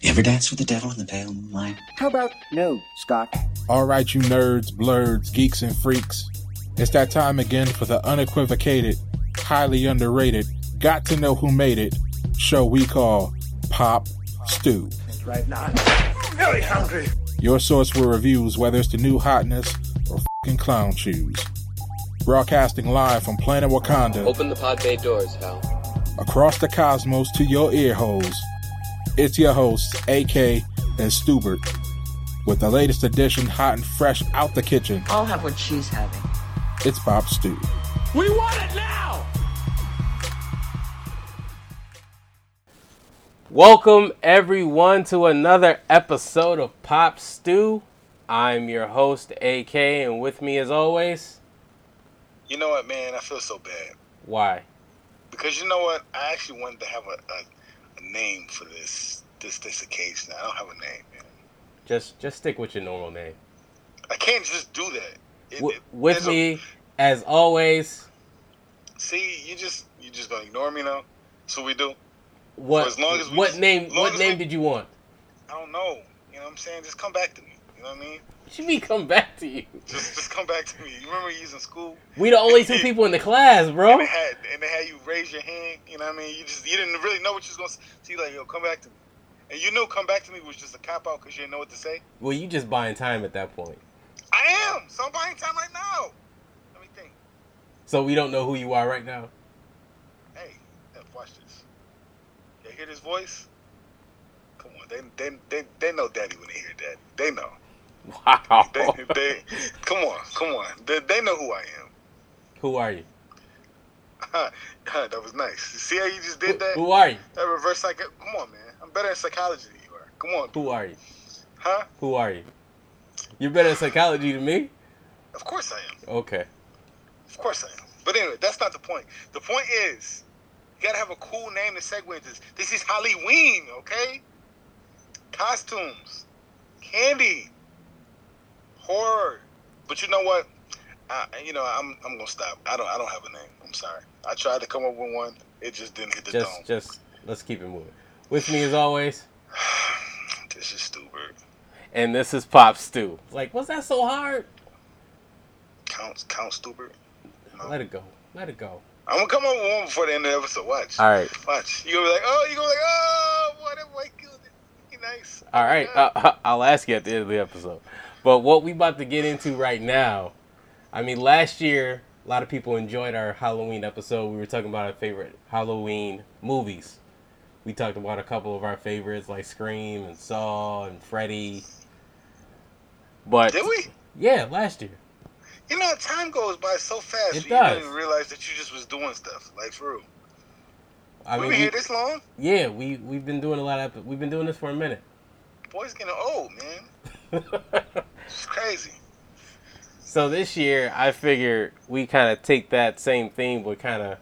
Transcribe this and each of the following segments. You ever dance with the devil in the pale moonlight? How about no, Scott? All right, you nerds, blurs, geeks, and freaks. It's that time again for the unequivocated, highly underrated, got to know who made it show we call Pop Stew. Right now, I'm very hungry. Your source for reviews, whether it's the new hotness or fucking clown shoes. Broadcasting live from Planet Wakanda, Open the pod bay doors, Hal. across the cosmos to your ear holes. It's your hosts, AK and Stubert, with the latest edition hot and fresh out the kitchen. I'll have what she's having. It's Pop Stew. We want it now! Welcome everyone to another episode of Pop Stew. I'm your host AK and with me as always, You know what, man? I feel so bad why? because you know what? I actually wanted to have a, a, a name for this this this occasion. I don't have a name, man. Just just stick with your normal name. I can't just do that. It- W- it- with there's a- me as always, see, you just you just gonna ignore me now. So we do. what as long as we what just- name as long what as name we- did you want? I don't know. You know what I'm saying? Just come back to me. You know what I mean? What you mean come back to you? Just just come back to me. You remember you was in school We the only two people in the class, and bro. they had and they had you raise your hand. You know what I mean? You just you didn't really know what you was gonna s- see. Like yo, come back to me. And you knew come back to me was just a cop out because you didn't know what to say. Well, you just buying time at that point. I am. Somebody in time right now. Let me think. So we don't know who you are right now. Hey, F, watch this. You hear this voice? Come on, they they they, they know Daddy when they hear that. They know. Wow. They, they come on, come on. They, they know who I who are you? am. that was nice. See how you just Who, did that? who are you? That reverse psych. Come on, man. I'm better at psychology than you are. Come on, Who are you? huh? Who are you? You're better at psychology than me? Of course I am. Okay. Of course I am. But anyway, that's not the point. The point is, you gotta have a cool name to segue into this. This is Halloween, okay? Costumes, candy, horror. But you know what? I, you know, I'm I'm gonna stop. I don't I don't have a name. I'm sorry. I tried to come up with one. It just didn't hit the Just dome. just let's keep it moving. With me as always, This is stupid. and this is Pop Stew. Like, was that so hard? Count count stupid. Let it go. Let it go. I'm gonna come up with one before the end of the episode. Watch. All right. Watch. You're gonna be like, oh, you're gonna be like, oh, boy, that boy killed it. He nice. All right. Uh, I'll ask you at the end of the episode. But what we about to get into right now, I mean, last year a lot of people enjoyed our Halloween episode. We were talking about our favorite Halloween movies. We talked about a couple of our favorites like Scream and Saw and Freddy. But Did we? yeah, last year. You know, time goes by so fast. It you does. didn't realize that you just was doing stuff. Like for real. I we mean, were we- here this long. Yeah, we we've been doing a lot of we've been doing this for a minute. Boy's getting old, man. It's crazy. so this year, I figure we kind of take that same theme, but kind of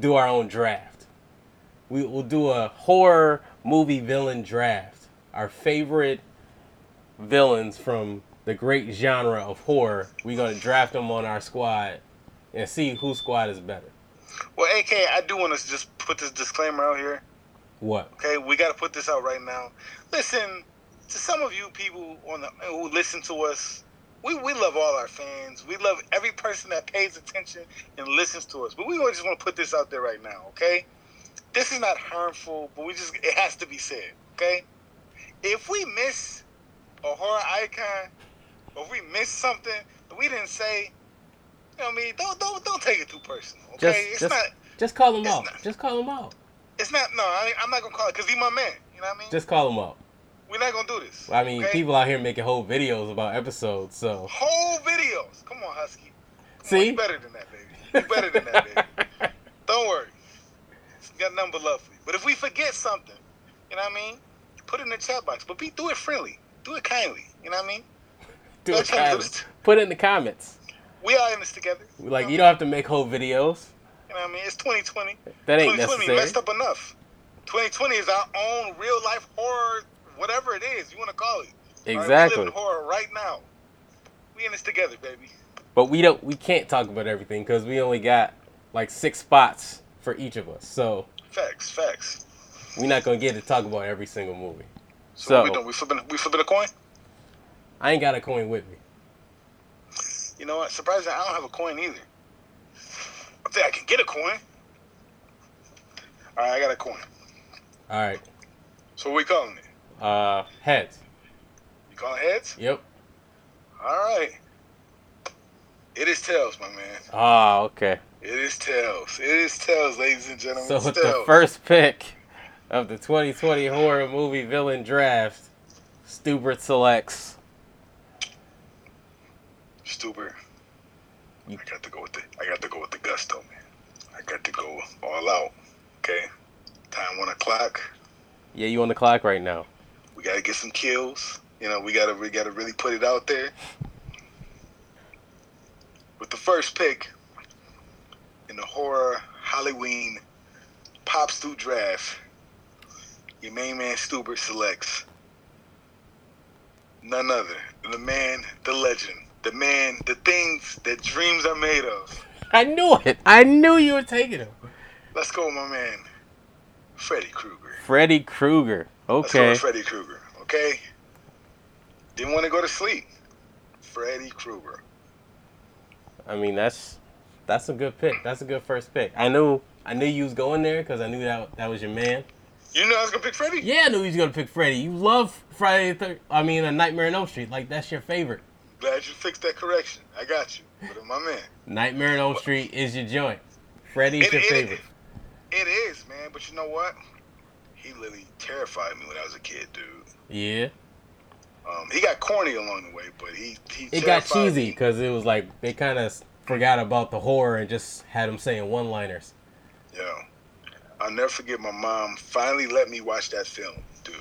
do our own draft. We will do a horror movie villain draft. Our favorite villains from the great genre of horror. We're gonna draft them on our squad and see whose squad is better. Well, AK, I do want to just put this disclaimer out here. What? Okay, we got to put this out right now. Listen, to some of you people on the, who listen to us, we, we love all our fans. We love every person that pays attention and listens to us. But we just want to put this out there right now, okay? This is not harmful, but we just it has to be said, okay? If we miss a horror icon, or if we miss something that we didn't say, you know what I mean? Don't don't don't take it too personal, okay? Just it's just, not just call them it's out. not- Just call them out. it's not no. I, I'm not gonna call it because he's my man. You know what I mean? Just call them out. We're not gonna do this. I mean, okay? people out here making whole videos about episodes, so whole videos. Come on, Husky. Come on, See? you better than that, baby. You better than that, baby. Don't worry. Got nothing but love for you. But if we forget something, you know what I mean? Put it in the chat box. But be do it friendly. Do it kindly. You know what I mean? do it Don't try to do this. kindly. Put it in the comments. We are in this together. Like you don't have to make whole videos. You know what I mean? It's 2020. That ain't 2020 necessary. messed up enough. 2020 is our own real life horror, whatever it is you want to call it. All right, we live in Exactly. horror right now. We in this together, baby. But we don't. We can't talk about everything because we only got like six spots for each of us. So Facts, facts. we're not gonna get to talk about every single movie. So, what we So- doing? We flipping we flipping a coin? I ain't got a coin with me. You know what? Surprisingly, I don't have a coin either. I think I can get a coin. All right, I got a coin. All right. So what we calling it? Uh, heads. You calling heads? Yep. All right. It is tails, my man. Ah, okay. It is tails. It is tails, ladies and gentlemen. So It's with the tails. first pick of the 2020 horror movie villain draft, Stubert selects. Stuber. I got to go with the I got to go with the gusto, man. I got to go all out. Okay. Time one o'clock. Yeah, you on the clock right now. We gotta get some kills. You know, we gotta we gotta really put it out there. With the first pick in the horror Halloween pop stew draft, your main man Stuber selects none other than the man, the legend, the man, the things that dreams are made of. I knew it. I knew you were taking him. Let's go, with my man, Freddy Krueger. Freddy Krueger. Let's go Okay. with Freddy Krueger. Okay. Didn't want to go to sleep. Freddy Krueger. I mean, that's that's a good pick. That's a good first pick. I knew I knew you was going there because I knew that that was your man. You know I was gonna pick Freddy. Yeah, I knew you was gonna pick Freddy. You love Friday. the Thir- I mean, A Nightmare on Elm Street. Like that's your favorite. Glad you fixed that correction. I got you. But my man, Nightmare on Elm Street is your joint. Freddy's It- your it- favorite. it is, man. But you know what? He literally terrified me when I was a kid, dude. Yeah. Um, he got corny along the way, but he he. It got terrified cheesy me. because it was like they kind of forgot about the horror and just had him saying one-liners. Yo, I'll never forget my mom finally let me watch that film, dude.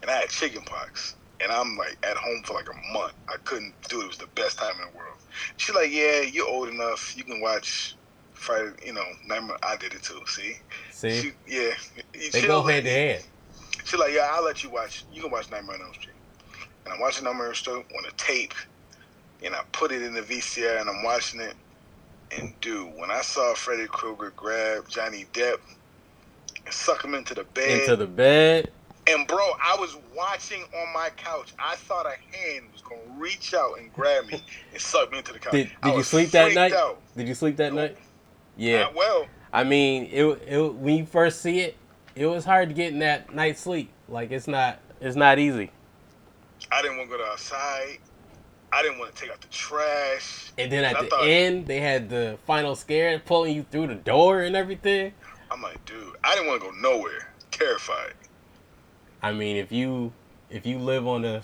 And I had chicken pox. And I'm like at home for like a month. I couldn't do it. It was the best time in the world. She's like, Yeah, you're old enough. You can watch Friday, you know, Nightmare. I did it too, see? She, See, yeah. they She go was like- hand to hand. She's like, yeah, I'll let you watch. You can watch Nightmare on Elm Street. And I'm watching Nightmare on Elm Street on a tape, and I put it in the VCR, and I'm watching it. And dude, when I saw Freddy Krueger grab Johnny Depp and suck him into the bed, Into the bed. and bro, I was watching on my couch. I thought a hand was gonna reach out and grab me and suck me into the couch. Did, I did you was sleep that freaked night? Out. Did you sleep that night? Yeah. Uh, well, I mean, it, it when you first see it, it was hard to get in that night's sleep. Like it's not it's not easy. I didn't want to go outside. I didn't want to take out the trash. And then at I the thought- end, they had the final scare pulling you through the door and everything. I'm like, dude, I didn't want to go nowhere. Terrified. I mean, if you if you live on a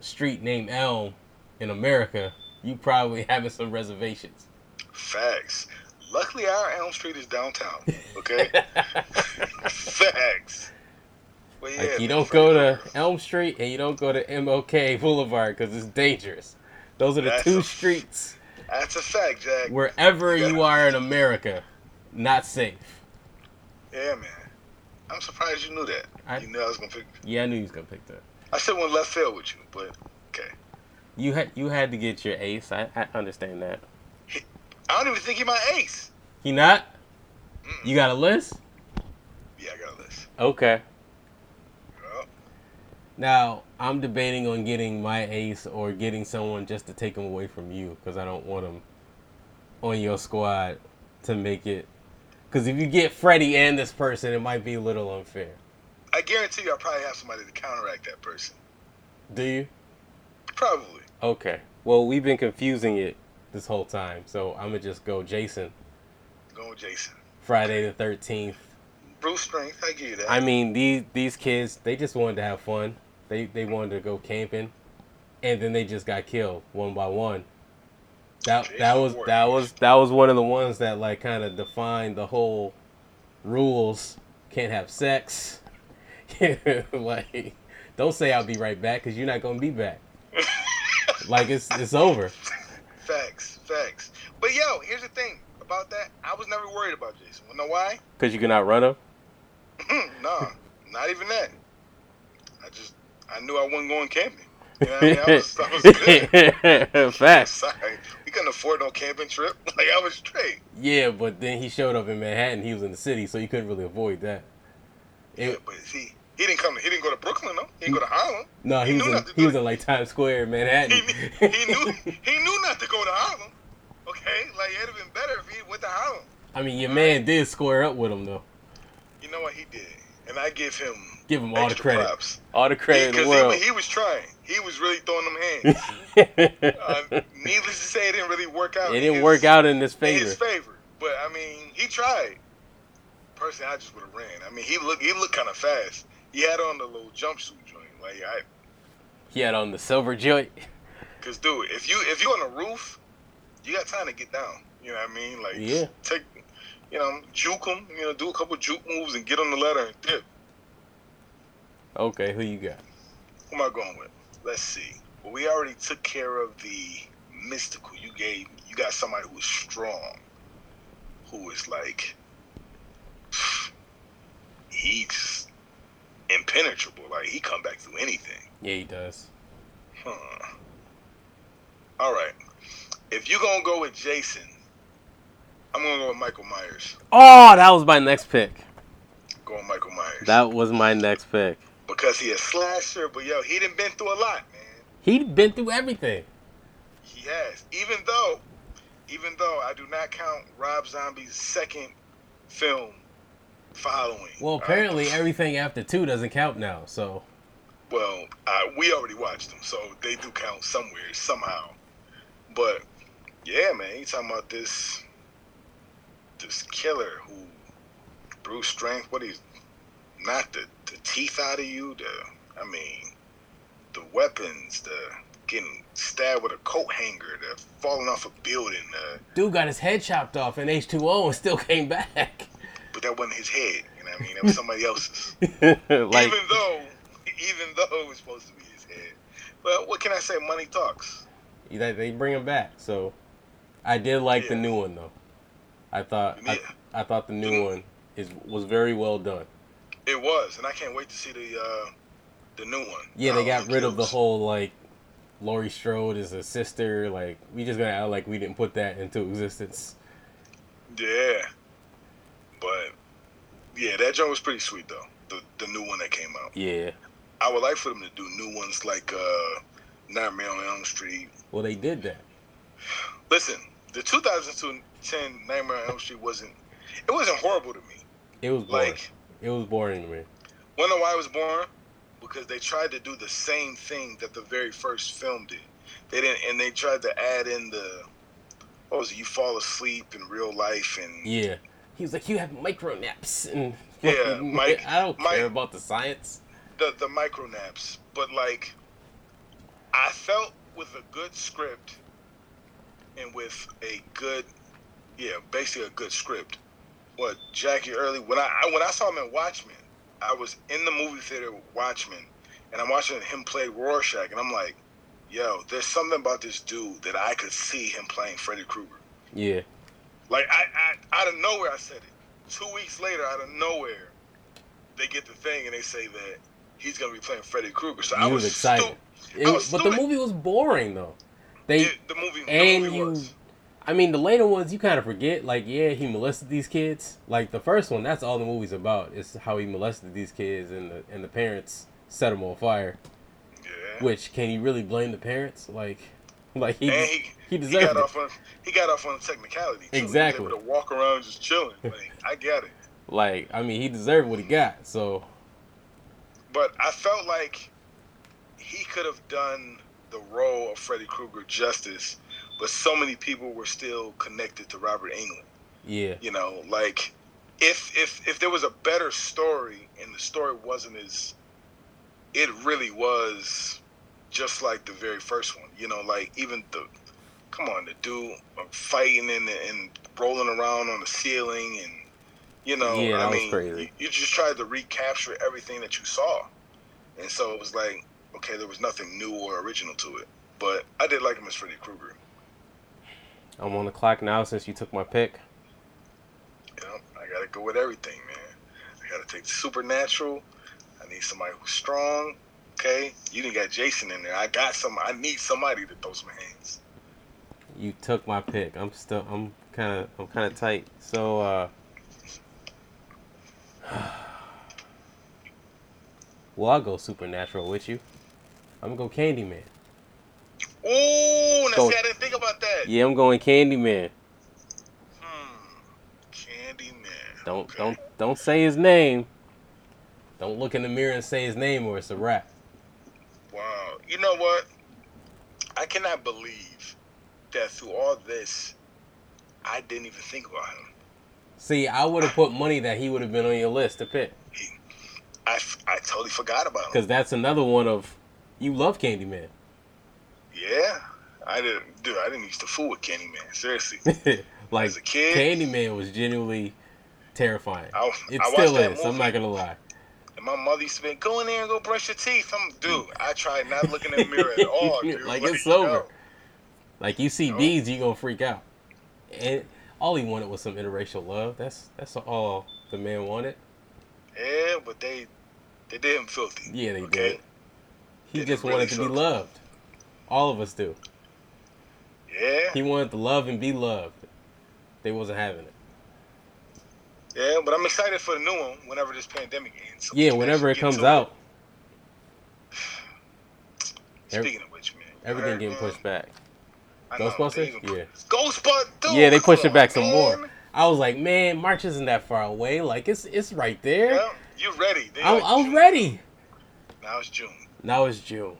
street named Elm in America, you probably having some reservations. Facts. Luckily, our Elm Street is downtown. Okay. Facts. But yeah, Like you man, don't Freddy go to Krueger. Elm Street and you don't go to MLK Boulevard because it's dangerous. Those are the That's two a- streets That's a fact, Jack. wherever you Yeah. are in America, not safe. yeah, man. I'm surprised you knew that. I- you knew I was gonna pick. Yeah, I knew you was gonna pick that. I should went left field with you, but okay. You had you had to get your ace. I, I understand that. I don't even think he my ace. He not? You got a list? Yeah, I got this. Okay. Well, Now I'm debating on getting my ace or getting someone just to take him away from you because I don't want him on your squad to make it. Because if you get Freddie and this person, it might be a little unfair. I guarantee you, I probably have somebody to counteract that person. Do you? Probably. Okay. Well, we've been confusing it this whole time, so I'm gonna just go Jason. Going with Jason. Friday the Thirteenth. Bruce Strength, I give you that. I mean, these these kids, they just wanted to have fun. They they wanted to go camping, and then they just got killed one by one. That that Jason was Voorhees. that was that was one of the ones that like kind of defined the whole rules. Can't have sex. like, don't say I'll be right back because you're not gonna be back. like it's it's over. Facts, facts. But yo, here's the thing about that. I was never worried about Jason. You know why? Cause you can outrun them. no, not even that. I just I knew I wasn't going camping. You know what I mean? I Oh, was, I was good. Facts. Sorry, we couldn't afford no camping trip. Like I was straight. Yeah, but then he showed up in Manhattan. He was in the city, so you couldn't really avoid that. Yeah, It, but see, He didn't come. To, he didn't go to Brooklyn though. He didn't go to Harlem. No, he, He was knew in, not to he do was it. in like Times Square, in Manhattan. He, kn- he knew he knew not to go to Harlem. Okay, like it'd have been better if he went to Harlem. I mean, your man did square up with him though. You know what he did, and I give him Give him all the extra credit, props. all the credit in the Because world. he, was trying. He was really throwing them hands. uh, needless to say, it didn't really work out. it in didn't his- work out in his in favor. his favor. But I mean, he tried. Personally, I just would have ran. I mean, he looked he looked kind of fast. He had on the little jumpsuit joint. Like, I He had on the silver joint. Cause dude, if you if you on the roof, you got time to get down. You know what I mean? Like Yeah. take you know, juke him, you know, do a couple juke moves and get on the ladder and dip. Okay, who you got? Who am I going with? Let's see. Well, we already took care of the mystical. You gave you got somebody who's strong, who is like he's impenetrable. Like he come back through anything. Yeah, he does. Huh. All right. If you gonna go with Jason, I'm gonna go with Michael Myers. Oh, that was my next pick. Go with Michael Myers. That was my next pick. because he a slasher, but yo, he done been through a lot, man. He'd been through everything. He has. Even though, even though I do not count Rob Zombie's second film following. Well, all right? apparently everything after two doesn't count now. So Well, I, we already watched them, so they do count somewhere, somehow. But yeah, man, you talking about this this killer who brew strength? What he's knocked the, the teeth out of you? The I mean, the weapons, the getting stabbed with a coat hanger, the falling off a building. The, dude got his head chopped off in H2O and still came back. but that wasn't his head. You know what I mean? That was somebody else's. like even though, even though it was supposed to be his head. But what can I say? Money talks. they, they bring him back. So I did like the Yeah. new one though. I thought I, Yeah. I thought the new one is was very well done. It was, and I can't wait to see the uh, the new one. Yeah, they Uh, got rid of the Kills. whole like Laurie Strode is a sister. Like we just gotta act like we didn't put that into existence. Yeah, but yeah, that joint was pretty sweet though. The the new one that came out. Yeah. I would like for them to do new ones like uh, Nightmare on Elm Street. Well, they did that. Listen, the 2010 Nightmare on Elm Street wasn't it wasn't horrible to me. It was boring. Like, it was boring to me. wanna know why I was born? Because they tried to do the same thing that the very first film did. They didn't, and they tried to add in the what was it? You fall asleep in real life and Yeah. He was like, you have micro naps. And Yeah, Mike- I don't Mike- care about the science. the the micro naps, but like I felt with a good script and with a good yeah, basically a good script. What Jackie Early when I, I when I saw him in Watchmen, I was in the movie theater with Watchmen and I'm watching him play Rorschach and I'm like, yo, there's something about this dude that I could see him playing Freddy Krueger. Yeah. Like I, I out of nowhere I said it. Two weeks later, out of nowhere, they get the thing and they say that he's gonna be playing Freddy Krueger. So I You was, was excited. stu- It, I was was- but the stupid. movie was boring, though. They, Yeah, the movie, the and movie you- was. I mean, the later ones, you kind of forget. Like, yeah, he molested these kids. Like, the first one, that's all the movie's about, is how he molested these kids and the, and the parents set him on fire. Yeah. Which, can you really blame the parents? Like, like he, and just- he, he he deserved got it. off on he got off on a technicality. Too. Exactly. He was able to walk around just chilling. Like I get it. Like, I mean, he deserved what he got. So, but I felt like he could have done the role of Freddy Krueger justice, but so many people were still connected to Robert England. yeah. you know like if if if there was a better story and the story wasn't as it really was just like the very first one you know like even the come on the dude uh, fighting and, and rolling around on the ceiling and you know Yeah, i that was mean crazy. You, you just tried to recapture everything that you saw and so it was like okay there was nothing new or original to it but i did like him as freddy krueger I'm on the clock now since you took my pick. You know, I gotta go with everything, man. I gotta take supernatural. I need somebody who's strong. Okay, you didn't got Jason in there. I got some. I need somebody to throw some hands. You took my pick. I'm still. I'm kind of. I'm kind of tight. So. uh Well, I'll go supernatural with you. I'm gonna go Candyman. Ooh, now Go- see, I didn't think about that. Hmm, Yeah, I'm going Candyman. Candyman. Don't Okay. don't don't say his name. Don't look in the mirror and say his name or it's a wrap. Wow. You know what? I cannot believe that through all this, I didn't even think about him. See, I would have put money that he would have been on your list to pick I, f- I totally forgot about him. because that's another one of you love Candyman. Yeah. I didn't, dude, I didn't used to fool with Candyman. Seriously. like As a kid- Candyman was genuinely terrifying. I- it I still watched that is. I'm movie. not gonna lie. and my mother used to be, go in there and go brush your teeth. I'm, dude, I tried not looking in the mirror at all, dude. Mm. like it's yo. over. Like you see beads, you gonna freak out. And all he wanted was some interracial love. That's that's all the man wanted. Yeah, but they, they did him filthy. Yeah, they okay? did. He Did it just really wanted to be suck? loved. All of us do. Yeah. He wanted to love and be loved. They wasn't having it. Yeah, but I'm excited for the new one whenever this pandemic ends. so we Yeah, can whenever actually get it comes to out, Ev- Speaking of which, man, you everything heard, getting man. pushed back. I know, Ghostbusters? they even- Yeah. Ghostbusters. dude, yeah, they come pushed it on, back some more. man. I was like, man, March isn't that far away. Like it's it's right there. Yeah, you ready? They I'm, like I'm June. ready. Now it's June. Now it's June.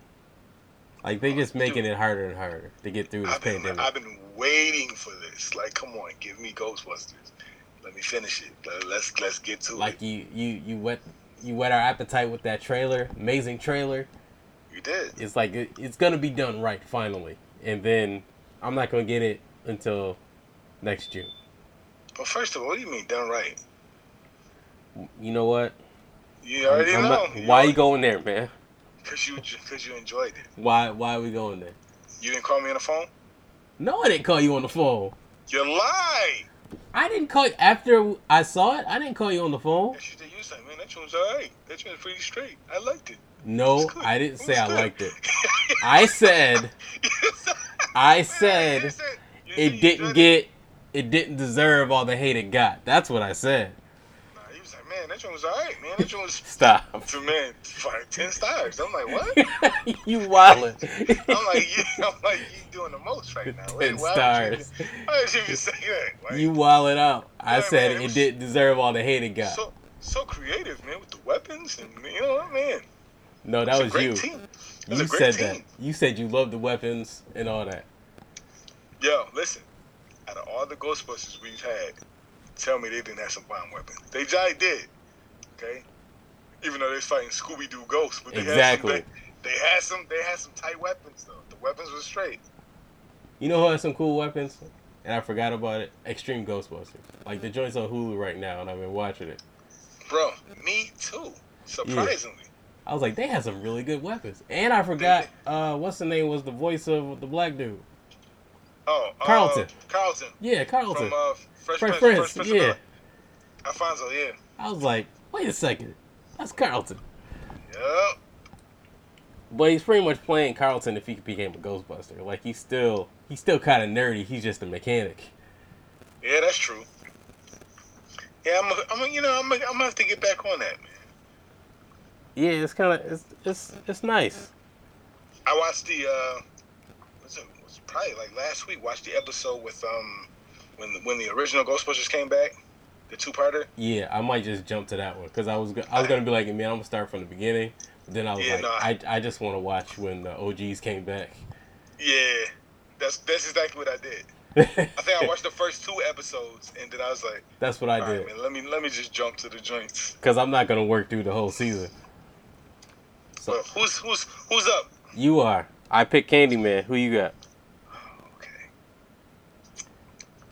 Like they just making June. it harder and harder to get through this I've been, pandemic. I've been waiting for this. Like, come on, give me Ghostbusters. Let me finish it. Let- Let's let's get to like it. you you you wet you wet our appetite with that trailer. Amazing trailer. You did. It's like it, it's gonna be done right finally, and then I'm not gonna get it until next June. But first of all, what do you mean done right? You know what? You already I'm know. not- why you going there, man? Because you because you enjoyed it. Why why are we going there? You didn't call me on the phone. No, I didn't call you on the phone. You lied. I didn't call you after I saw it. I didn't call you on the phone. Yes, you did. You said, man, that tune's alright. That tune's pretty straight. I liked it. No, It's good. I didn't say I It's good. liked it. I said You said- I you said said- you said it you didn't enjoyed get it didn't deserve all the hate it got. That's what I said. Nah, He was like, man, that joint was alright, man. That joint was Stop. to man, like ten stars. I'm like, what? you wildin'. I'm like, you, I'm like, you doing the most right now. Wait, 10 why stars. Would you, why would you even say that? Like, You wildin' out. I Yeah, man, said it it was- didn't deserve all the hate it got. so so creative, man, with the weapons and you know what, man. No, that It's was a great you. team. It was You a great said team. that. You said you loved the weapons and all that. Yo, listen. Out of all the Ghostbusters we've had, tell me they didn't have some bomb weapons. They jolly did. Okay? Even though they was fighting Scooby Doo ghosts, but they Exactly. had some they, they had some they had some tight weapons though. The weapons were straight. You know who has some cool weapons? And I forgot about it. Extreme Ghostbusters. Like the joint's on Hulu right now, and I've been watching it. Bro, me too. Surprisingly. I was like, they had some really good weapons. And I forgot, uh, what's the name was the voice of the black dude. Oh uh, Carlton. Carlton. Yeah, Carlton. From uh Fresh, Fresh Prince, Prince, Fresh Prince yeah. of Bel-Air. Alfonso, yeah. I was like, wait a second, that's Carlton. Yep. But he's pretty much playing Carlton if he became a Ghostbuster. Like he's still he's still kind of nerdy. He's just a mechanic. Yeah, that's true. Yeah, I'm, a, I'm a, you know, I'm, a, I'm gonna have to get back on that, man. Yeah, it's kind of it's it's it's nice. I watched the uh was it was probably like last week watched the episode with um when the, when the original Ghostbusters came back, the two parter. Yeah, I might just jump to that one because I was go- I was gonna be like, man, I'm gonna start from the beginning. But then I was Yeah, like, no, I I- I just want to watch when the OGs came back. Yeah. That's that's exactly what I did. I think I watched the first two episodes and then I was like, that's what I all right, did man, let me let me just jump to the joints. because I'm not gonna work through the whole season. So- But who's who's who's up? You are. I picked Candyman. Who you got? Okay.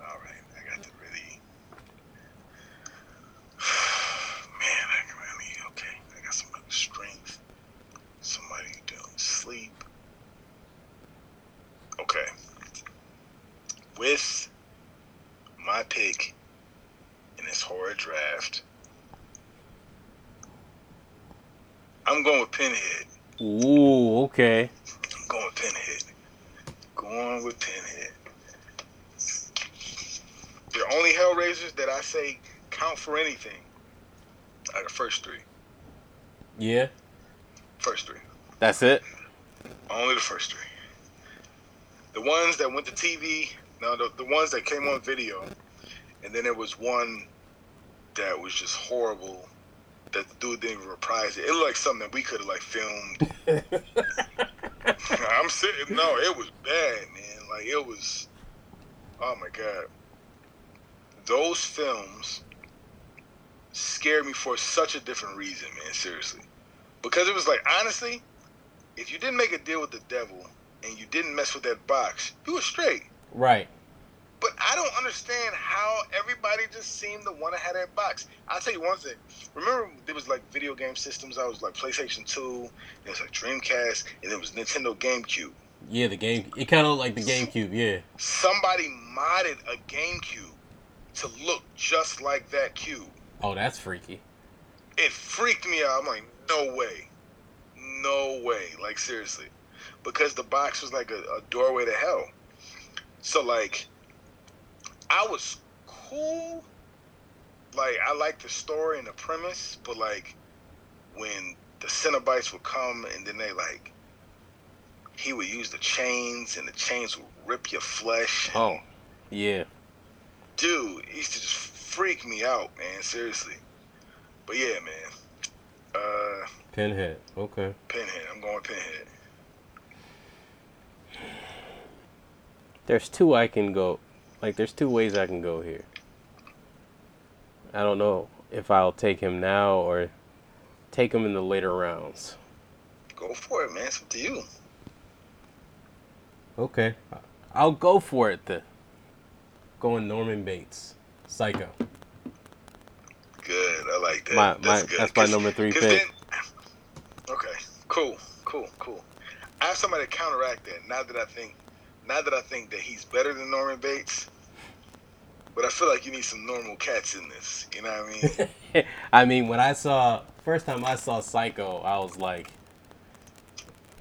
All right, I got to really. Man, I can really okay. I got some good strength. Somebody who don't sleep. Okay. With my pick in this horror draft, I'm going with Pinhead. Ooh, okay. I'm going with Pinhead. Going with Pinhead. The only Hellraisers that I say count for anything are the first three. Yeah. first three. That's it. Only the first three. The ones that went to TV, no, the, the ones that came on video, and then there was one that was just horrible. That the dude didn't even reprise it. It looked like something that we could have like filmed. I'm sitting. No, it was bad, man. Like it was. Oh my god. Those films scared me for such a different reason, man. Seriously, because it was like honestly, if you didn't make a deal with the devil and you didn't mess with that box, you were straight. Right. But I don't understand how everybody just seemed to want to have that box. I'll tell you one thing. Remember, there was like video game systems. I was like PlayStation 2, there was like Dreamcast, and there was Nintendo GameCube. Yeah, the game. It kind of looked like the GameCube. Yeah. Somebody modded a GameCube to look just like that cube. Oh, that's freaky. It freaked me out. I'm like, no way. No way. Like, seriously. Because the box was like a, a doorway to hell. So, like, I was cool. Like I liked the story and the premise, but like when the Cenobites would come and then they like he would use the chains and the chains would rip your flesh. Oh. Yeah. Dude, it used to just freak me out, man, seriously. But yeah, man. Uh Pinhead. Okay. Pinhead, I'm going with Pinhead. There's two I can go. Like there's two ways I can go here. I don't know if I'll take him now or take him in the later rounds. Go for it, man. It's up to you. Okay. I'll go for it then. Going Norman Bates. Psycho. Good. I like that. My- that's my- good. that's my 'Cause- number three 'cause pick. then- okay. Cool. Cool. Cool. I have somebody to counteract that. Now that I think, now that I think that he's better than Norman Bates, but I feel like you need some normal cats in this. You know what I mean? I mean, when I saw first time I saw Psycho, I was like,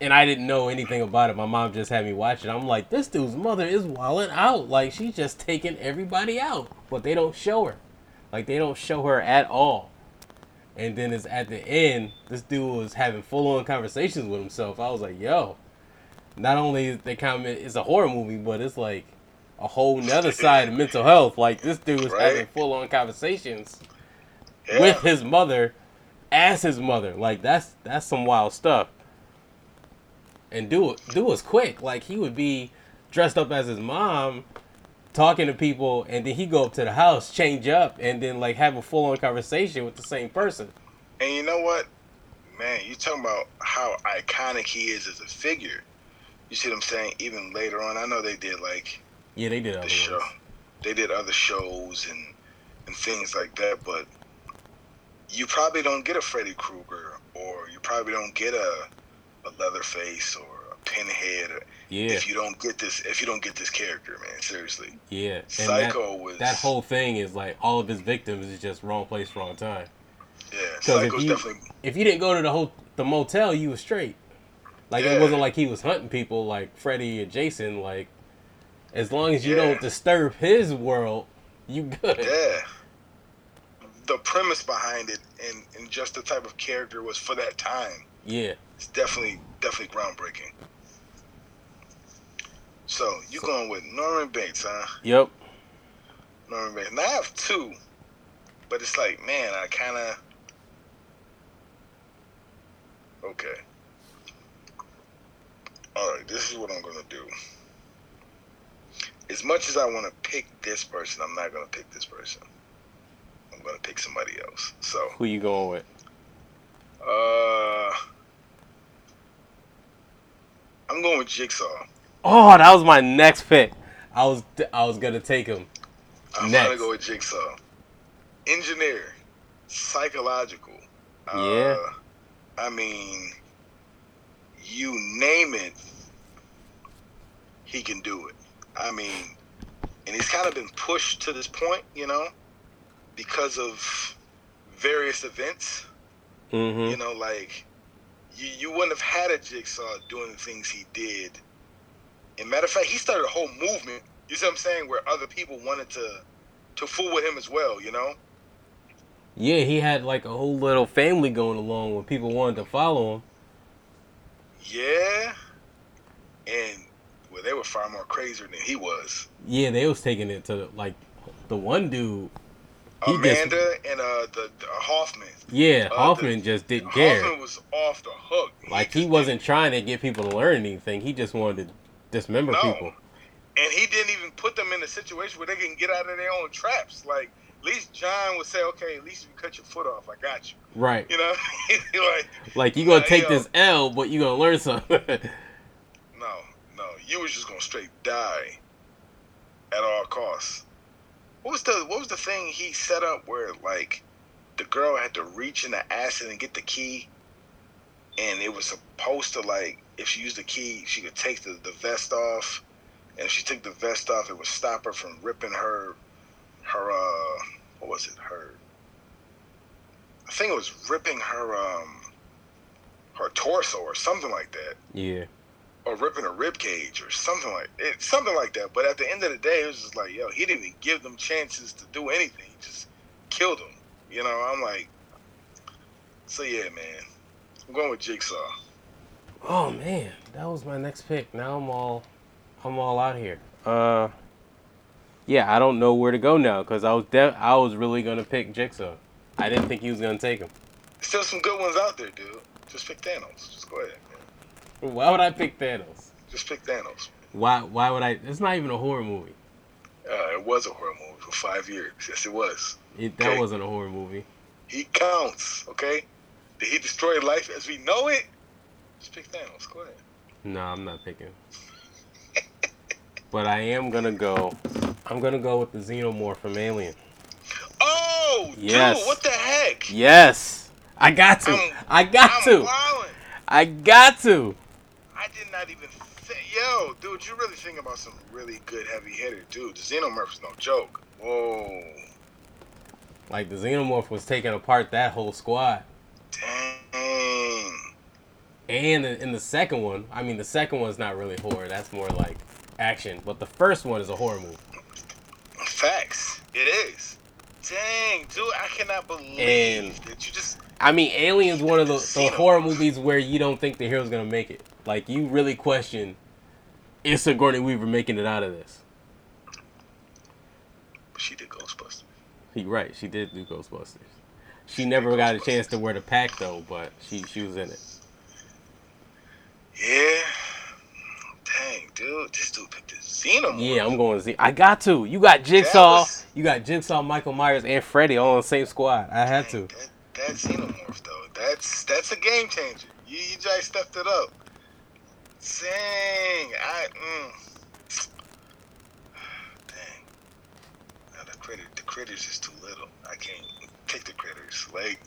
and I didn't know anything about it. My mom just had me watch it. I'm like, this dude's mother is wilding out. Like she's just taking everybody out, but they don't show her. Like they don't show her at all. And then it's at the end, this dude was having full on conversations with himself. I was like, yo, not only is the comment it's a horror movie, but it's like a whole nother side of mental health. Like this dude was having Right. full on conversations Yeah. with his mother as his mother. Like that's that's some wild stuff. And do do was quick. Like he would be dressed up as his mom, talking to people, and then he go up to the house, change up, and then like have a full on conversation with the same person. And you know what, man? You talking about how iconic he is as a figure? You see what I'm saying? Even later on, I know they did like Yeah, they did other the show. ones. They did other shows and and things like that, but you probably don't get a Freddy Krueger or you probably don't get a a Leatherface or a Pinhead or, Yeah, if you don't get this if you don't get this character, man. Seriously, yeah. And Psycho was That, that whole thing is like all of his victims is just wrong place, wrong time. yeah. So if Psycho's you- definitely if you didn't go to the whole the motel, you was straight. Like Yeah. it wasn't like he was hunting people like Freddy or Jason. Like as long as you Yeah. don't disturb his world, you good. yeah. The premise behind it and and just the type of character was for that time. Yeah. It's definitely definitely groundbreaking. So you going with Norman Bates, huh? Yep. Norman Bates. Now I have two, but it's like, man, I kind of. Okay. All right, this is what I'm gonna do. As much as I want to pick this person, I'm not gonna pick this person. I'm gonna pick somebody else. So, Who you going with? uh, I'm going with Jigsaw. Oh, that was my next pick. I was I was gonna take him. I'm Next. gonna go with Jigsaw. Engineer, psychological. Uh, Yeah. I mean, you name it, he can do it. I mean, and he's kind of been pushed to this point, you know, because of various events. Mm-hmm. You know, like you, you wouldn't have had a Jigsaw doing the things he did. And matter of fact, he started a whole movement. You see what I'm saying? Where other people wanted to to fool with him as well. You know? Yeah, he had like a whole little family going along when people wanted to follow him. were far more crazier than he was. Yeah, they was taking it to like the one dude. He just- Amanda and uh, the, the Hoffman. Yeah, Uh, Hoffman the- just didn't care. Hoffman was off the hook. Like just he wasn't trying to get people to learn anything. He just wanted to dismember No. people. and he didn't even put them in a situation where they can get out of their own traps. Like at least John would say, "Okay, at least if you cut your foot off, I got you." Right. You know, like Like you gonna Nah, take yo. this L, but you gonna learn something. no, no, you was just gonna straight die at all costs. What was the what was the thing he set up where like the girl had to reach in the acid and get the key, and it was supposed to like if she used the key she could take the, the vest off, and if she took the vest off it would stop her from ripping her her uh what was it her I think it was ripping her um her torso or something like that yeah. or ripping a rib cage or something like it, something like that. But at the end of the day, it was just like, yo, he didn't even give them chances to do anything. He just killed them. You know, I'm like, so yeah, man. I'm going with Jigsaw. Oh man, that was my next pick. Now I'm all, I'm all out here. Uh, yeah, I don't know where to go now because I was de- I was really gonna pick Jigsaw. I didn't think he was gonna take him. Still some good ones out there, dude. Just pick Thanos. Just go ahead, man. Why would I pick Thanos? Just pick Thanos. Why Why would I? It's not even a horror movie. Uh, it was a horror movie for five years. Yes, it was. It, that Okay. wasn't a horror movie. He counts, okay? Did he destroy life as we know it? Just pick Thanos. Go ahead. No, I'm not picking. but I am gonna go. I'm gonna go with the Xenomorph from Alien. Oh, Yes. dude, what the heck? Yes, I got to. I'm- I got I'm to. wildin'. I got to. I did not even think. Yo, dude, you really think about some really good heavy hitter, dude. The Xenomorph's no joke. Whoa. Like the Xenomorph was taking apart that whole squad. Dang. And in in the second one, I mean, the second one's not really horror. That's more like action. But the first one is a horror movie. Facts. It is. Dang, dude, I cannot believe And- that you just. I mean, Alien's one of the, the Xenomorph. horror movies where you don't think the hero's gonna make it. Like you really question, is Sigourney Weaver making it out of this? She did Ghostbusters. He right. She did do Ghostbusters. She never got a chance to wear the pack though, but she she was in it. Yeah. Dang, dude, this dude picked the Xenomorph. Yeah, I'm going Z. I got to. You got Jigsaw. You got Jigsaw, Michael Myers, and Freddy all on the same squad. I had Dang, to. That, that xenomorph though, that's that's a game changer. You you just stepped it up. Dang, I mm. Dang. Now the critter, the critters is too little. I can't pick the critters. Like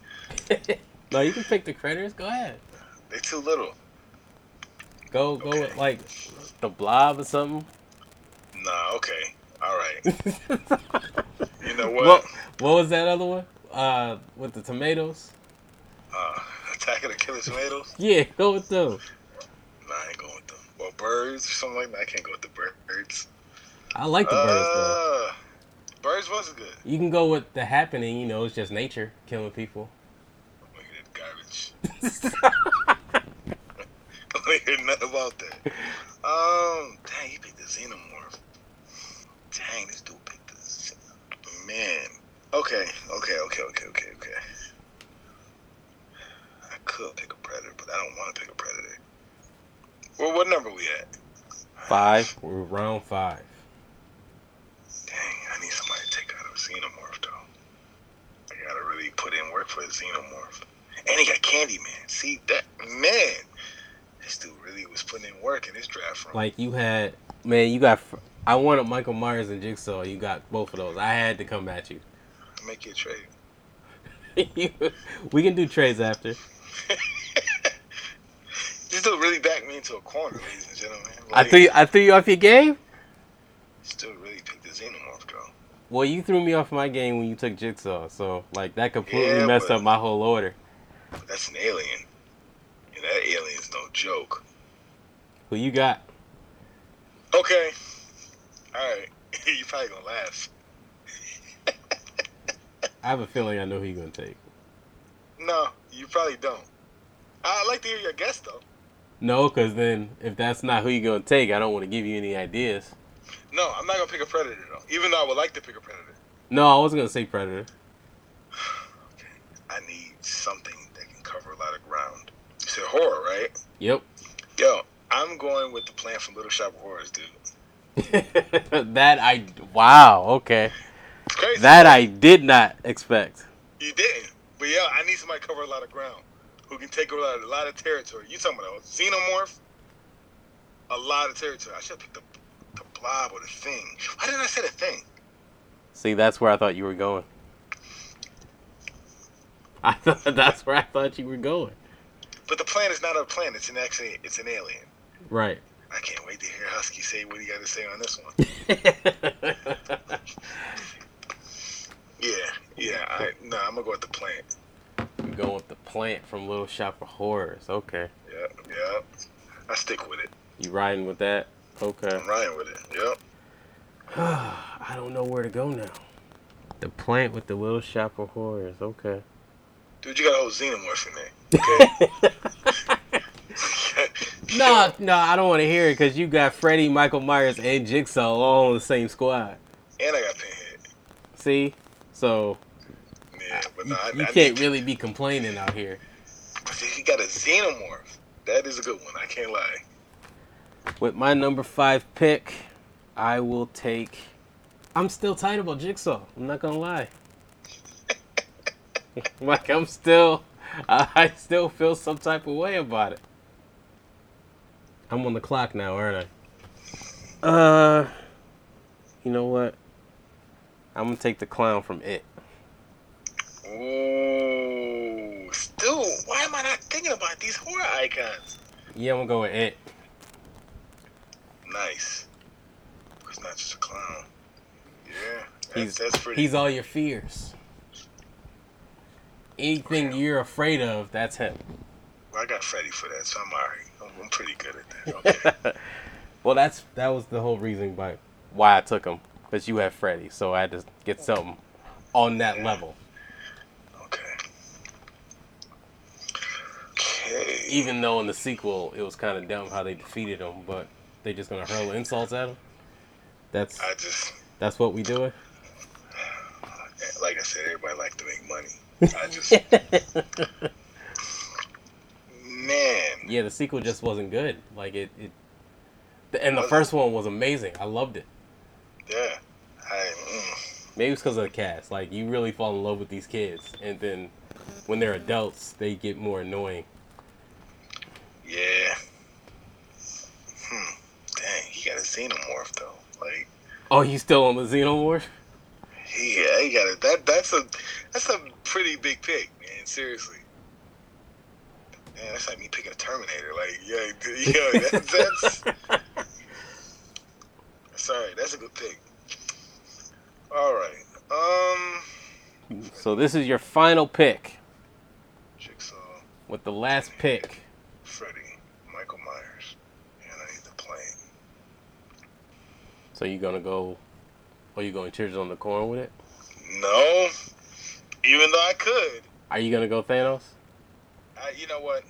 No, you can pick the critters. Go ahead. they're too little. Go go with like the blob or something. Nah, okay, all right. you know what? What what was that other one? Uh with the tomatoes? uh, Attack of the Killer Tomatoes. Yeah, go with those. Nah, I ain't going with them. Well, birds or something like that. I can't go with the birds. I like the birds though. Uh, birds was good. You can go with the happening, you know, it's just nature killing people. Look at that garbage. I don't hear nothing about that. Um, dang, he picked the xenomorph. Dang, this dude picked the xenomorph. Man. Okay, okay, okay, okay, okay, okay. I could pick a predator, but I don't want to pick a predator. Well, what number we at? Five. We're round five. Dang, I need somebody to take out a xenomorph, though. I gotta really put in work for a xenomorph. And he got Candyman. See that man? This dude really was putting in work in this draft room. Like you had man, you got Fr- I wanted Michael Myers and Jigsaw. You got both of those. I had to come at you. Make your trade. we can do trades after. This dude really backed me into a corner, ladies and gentlemen. I threw you- I threw you off your game. This dude really picked the xenomorph, though. Well, you threw me off my game when you took Jigsaw, so like that completely Yeah, messed but- up my whole order. But that's an alien. And that alien's no joke. Who you got? Okay. Alright. you probably gonna laugh. I have a feeling I know who you're gonna take. No, you probably don't. I'd like to hear your guess, though. No, because then if that's not who you're gonna take, I don't want to give you any ideas. No, I'm not gonna pick a predator though. Even though I would like to pick a predator, No, I wasn't gonna say Predator. I need something that can cover a lot of ground. You said horror, right? Yep, Yo, I'm going with the plan from Little Shop of Horrors, dude. that I wow okay It's crazy. that I did not expect. you didn't. But yeah, I need somebody to cover a lot of ground who can take over a lot, a lot of territory. You talking about a xenomorph? A lot of territory. I should have picked the, the blob or the thing. Why didn't I say the thing? See, that's where I thought you were going. I thought that's where I thought you were going. But the plan is not a plan. It's an actually it's an alien. Right. I can't wait to hear Husky say what he got to say on this one. yeah, yeah. I, nah, I'm gonna go with the plant. You're going with the plant from Little Shop of Horrors. Okay. Yep, yep. I stick with it. You riding with that? Okay. I'm riding with it. Yep. I don't know where to go now. The plant with the Little Shop of Horrors. Okay. Dude, you got a whole xenomorph in there. Okay. No, no, I don't want to hear it because you got Freddy, Michael Myers, and Jigsaw all on the same squad. And I got pinhead. See? So Yeah, but you, no, I, you I can't think- really be complaining out here. I think he got a xenomorph. That is a good one. I can't lie. With my number five pick, I will take. I'm still tight about Jigsaw. I'm not gonna lie. like I'm still, I I still feel some type of way about it. I'm on the clock now, aren't I? Uh, you know what? I'm gonna take the clown from it. Ooh, still, why am I not thinking about these horror icons? Yeah, I'm gonna go with it. Nice. He's not just a clown. Yeah, that's, He's that's pretty. he's all your fears. Anything you're afraid of, that's him. I got Freddy for that, so I'm alright. I'm, I'm pretty good at that. Okay. Well, that's that was the whole reason by why I took him because you had Freddy, so I had to get something on that level. okay. Okay. Even though in the sequel it was kind of dumb how they defeated him, but they just gonna hurl insults at him. That's I just, that's what we doing. like I said, everybody like to make money. I just, man, Yeah, the sequel just wasn't good. Like it, it the- and the first one was amazing. I loved it. yeah. I, mm, Maybe it's because of the cast. Like you really fall in love with these kids, and then when they're adults, they get more annoying. yeah. Hmm. Dang, he got a xenomorph though. Like. Oh, you still on the Xenomorph? Yeah, you got it. That that's a that's a pretty big pick, man. Seriously. Man, that's like me picking a Terminator. Like, yeah, d- yeah, that, that's. Sorry, that's a good pick. All right, um, So this is your final pick. Jigsaw, with the last pick. Freddy, Michael Myers, and I need the plane. So you gonna go? Are you going Tears on the Corn with it? No, even though I could, Are you gonna go Thanos? I, you know what,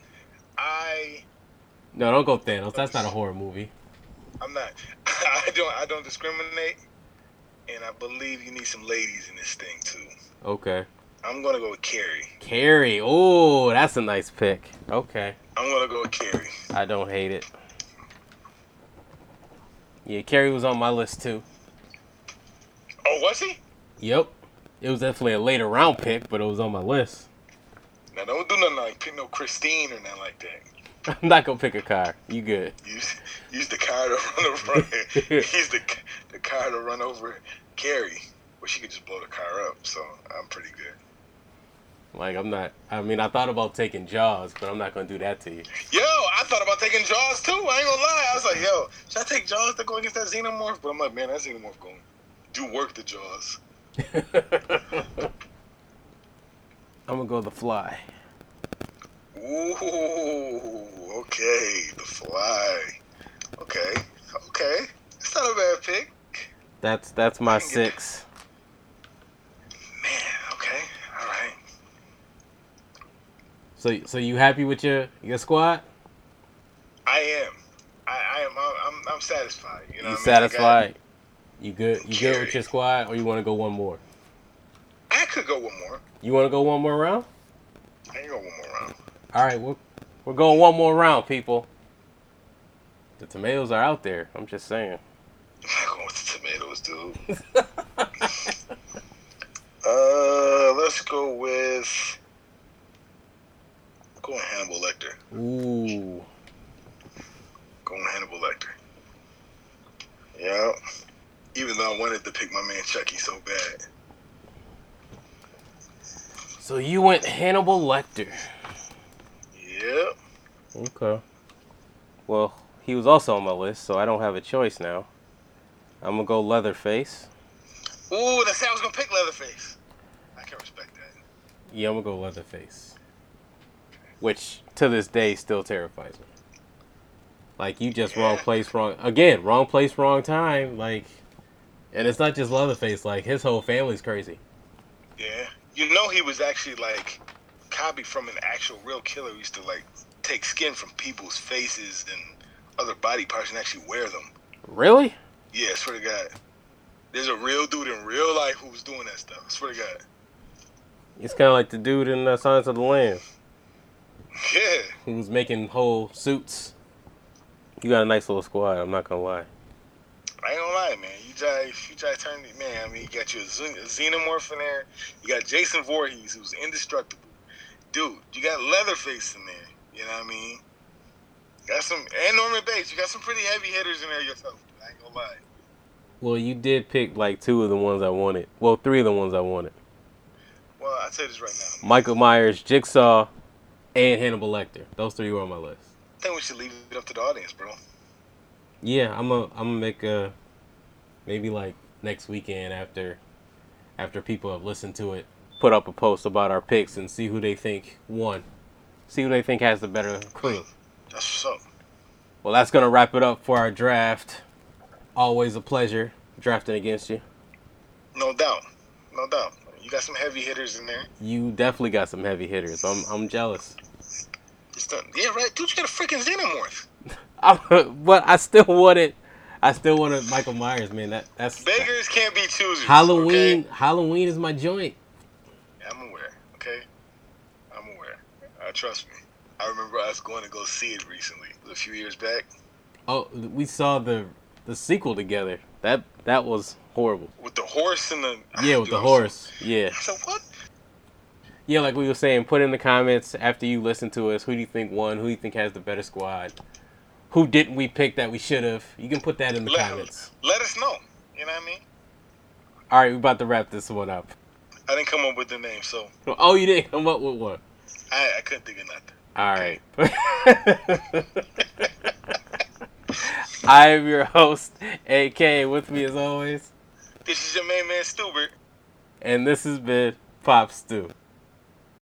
I. No, don't go Thanos. That's not a horror movie. I'm not. I don't. I don't discriminate, and I believe you need some ladies in this thing too. Okay. I'm gonna go with Carrie. Carrie. Oh, that's a nice pick. Okay. I'm gonna go with Carrie. I don't hate it. Yeah, Carrie was on my list too. Oh, was he? Yep. It was definitely a later round pick, but it was on my list. Now don't do nothing like pick no Christine or nothing like that. I'm not gonna pick a car. You good? Use use the car to run over. use the the car to run over Carrie. Well, she could just blow the car up, so I'm pretty good. Like I'm not. I mean, I thought about taking Jaws, but I'm not gonna do that to you. Yo, I thought about taking Jaws too. I ain't gonna lie. I was like, yo, should I take Jaws to go against that Xenomorph? But I'm like, man, that Xenomorph going do work the Jaws. I'm gonna go the Fly. Ooh, okay, The Fly. Okay, okay, it's not a bad pick. That's that's my get- six. Man, okay, all right. So so you happy with your your squad? I am. I, I am. I'm, I'm, I'm satisfied. You know. You what I mean? Like, I- satisfied? You good? You good with your squad, or you want to go one more? I, could go one more. You want to go one more round? I can go one more round. All right, we're we're going one more round, people. The tomatoes are out there. I'm just saying. I'm not going with the tomatoes, dude. uh, let's go with. Go with Hannibal Lecter. Ooh, Go with Hannibal Lecter. Yeah. Even though I wanted to pick my man Chucky so bad. so you went Hannibal Lecter. Yep. Okay. Well, he was also on my list, so I don't have a choice now. I'm gonna go Leatherface. Ooh, that's how I was gonna pick Leatherface. I can respect that. Yeah, I'm gonna go Leatherface. Which to this day still terrifies me. Like you just wrong place, wrong again, wrong place, wrong time. Like, and it's not just Leatherface. Like his whole family's crazy. Yeah. You know he was actually like copied from an actual real killer who used to like take skin from people's faces and other body parts and actually wear them. Really? Yeah, I swear to God. There's a real dude in real life who was doing that stuff. I swear to God. It's kind of like the dude in uh, Silence of the Lambs Yeah. who was making whole suits. You got a nice little squad. I'm not gonna lie. I ain't gonna lie, man. You try, you try to turn it, man. I mean, you got your Zen- xenomorph in there. You got Jason Voorhees, who's indestructible. Dude, you got Leatherface in there. You know what I mean? Got some and Norman Bates. You got some pretty heavy hitters in there yourself. I ain't gonna lie. Well, you did pick like two of the ones I wanted. Well, three of the ones I wanted. Well, I tell you this right now. Michael Myers, Jigsaw, and Hannibal Lecter. Those three were on my list. I think we should leave it up to the audience, bro. Yeah, I'm a I'm gonna make a maybe like next weekend after after people have listened to it, put up a post about our picks and see who they think won. See who they think has the better crew. That's what's up. Well, that's gonna wrap it up for our draft. Always a pleasure drafting against you. No doubt. No doubt. You got some heavy hitters in there. You definitely got some heavy hitters. I'm I'm jealous. Just done. Yeah, right. Dude, you got a freaking xenomorph. I'm, but I still wanted I still wanted Michael Myers, man. That that's Beggars can't be choosers. Halloween. okay? Halloween is my joint. I'm aware, okay? I'm aware. Uh, trust me. I remember us going to go see it recently, a few years back. Oh, we saw the the sequel together. That that was horrible. With the horse and the. Yeah, with Dude, the I was- horse. Yeah, I said, what? yeah. Like we were saying, put in the comments after you listen to us. Who do you think won? Who do you think has the better squad? Who didn't we pick that we should have? You can put that in the Let, comments. let us know. You know what I mean? All right, we're about to wrap this one up. I didn't come up with the name, so Oh, you didn't come up with one. I, I couldn't think of nothing. All right. I am your host, AK. With me as always, This is your main man, Stubert. and this has been Pop Stew.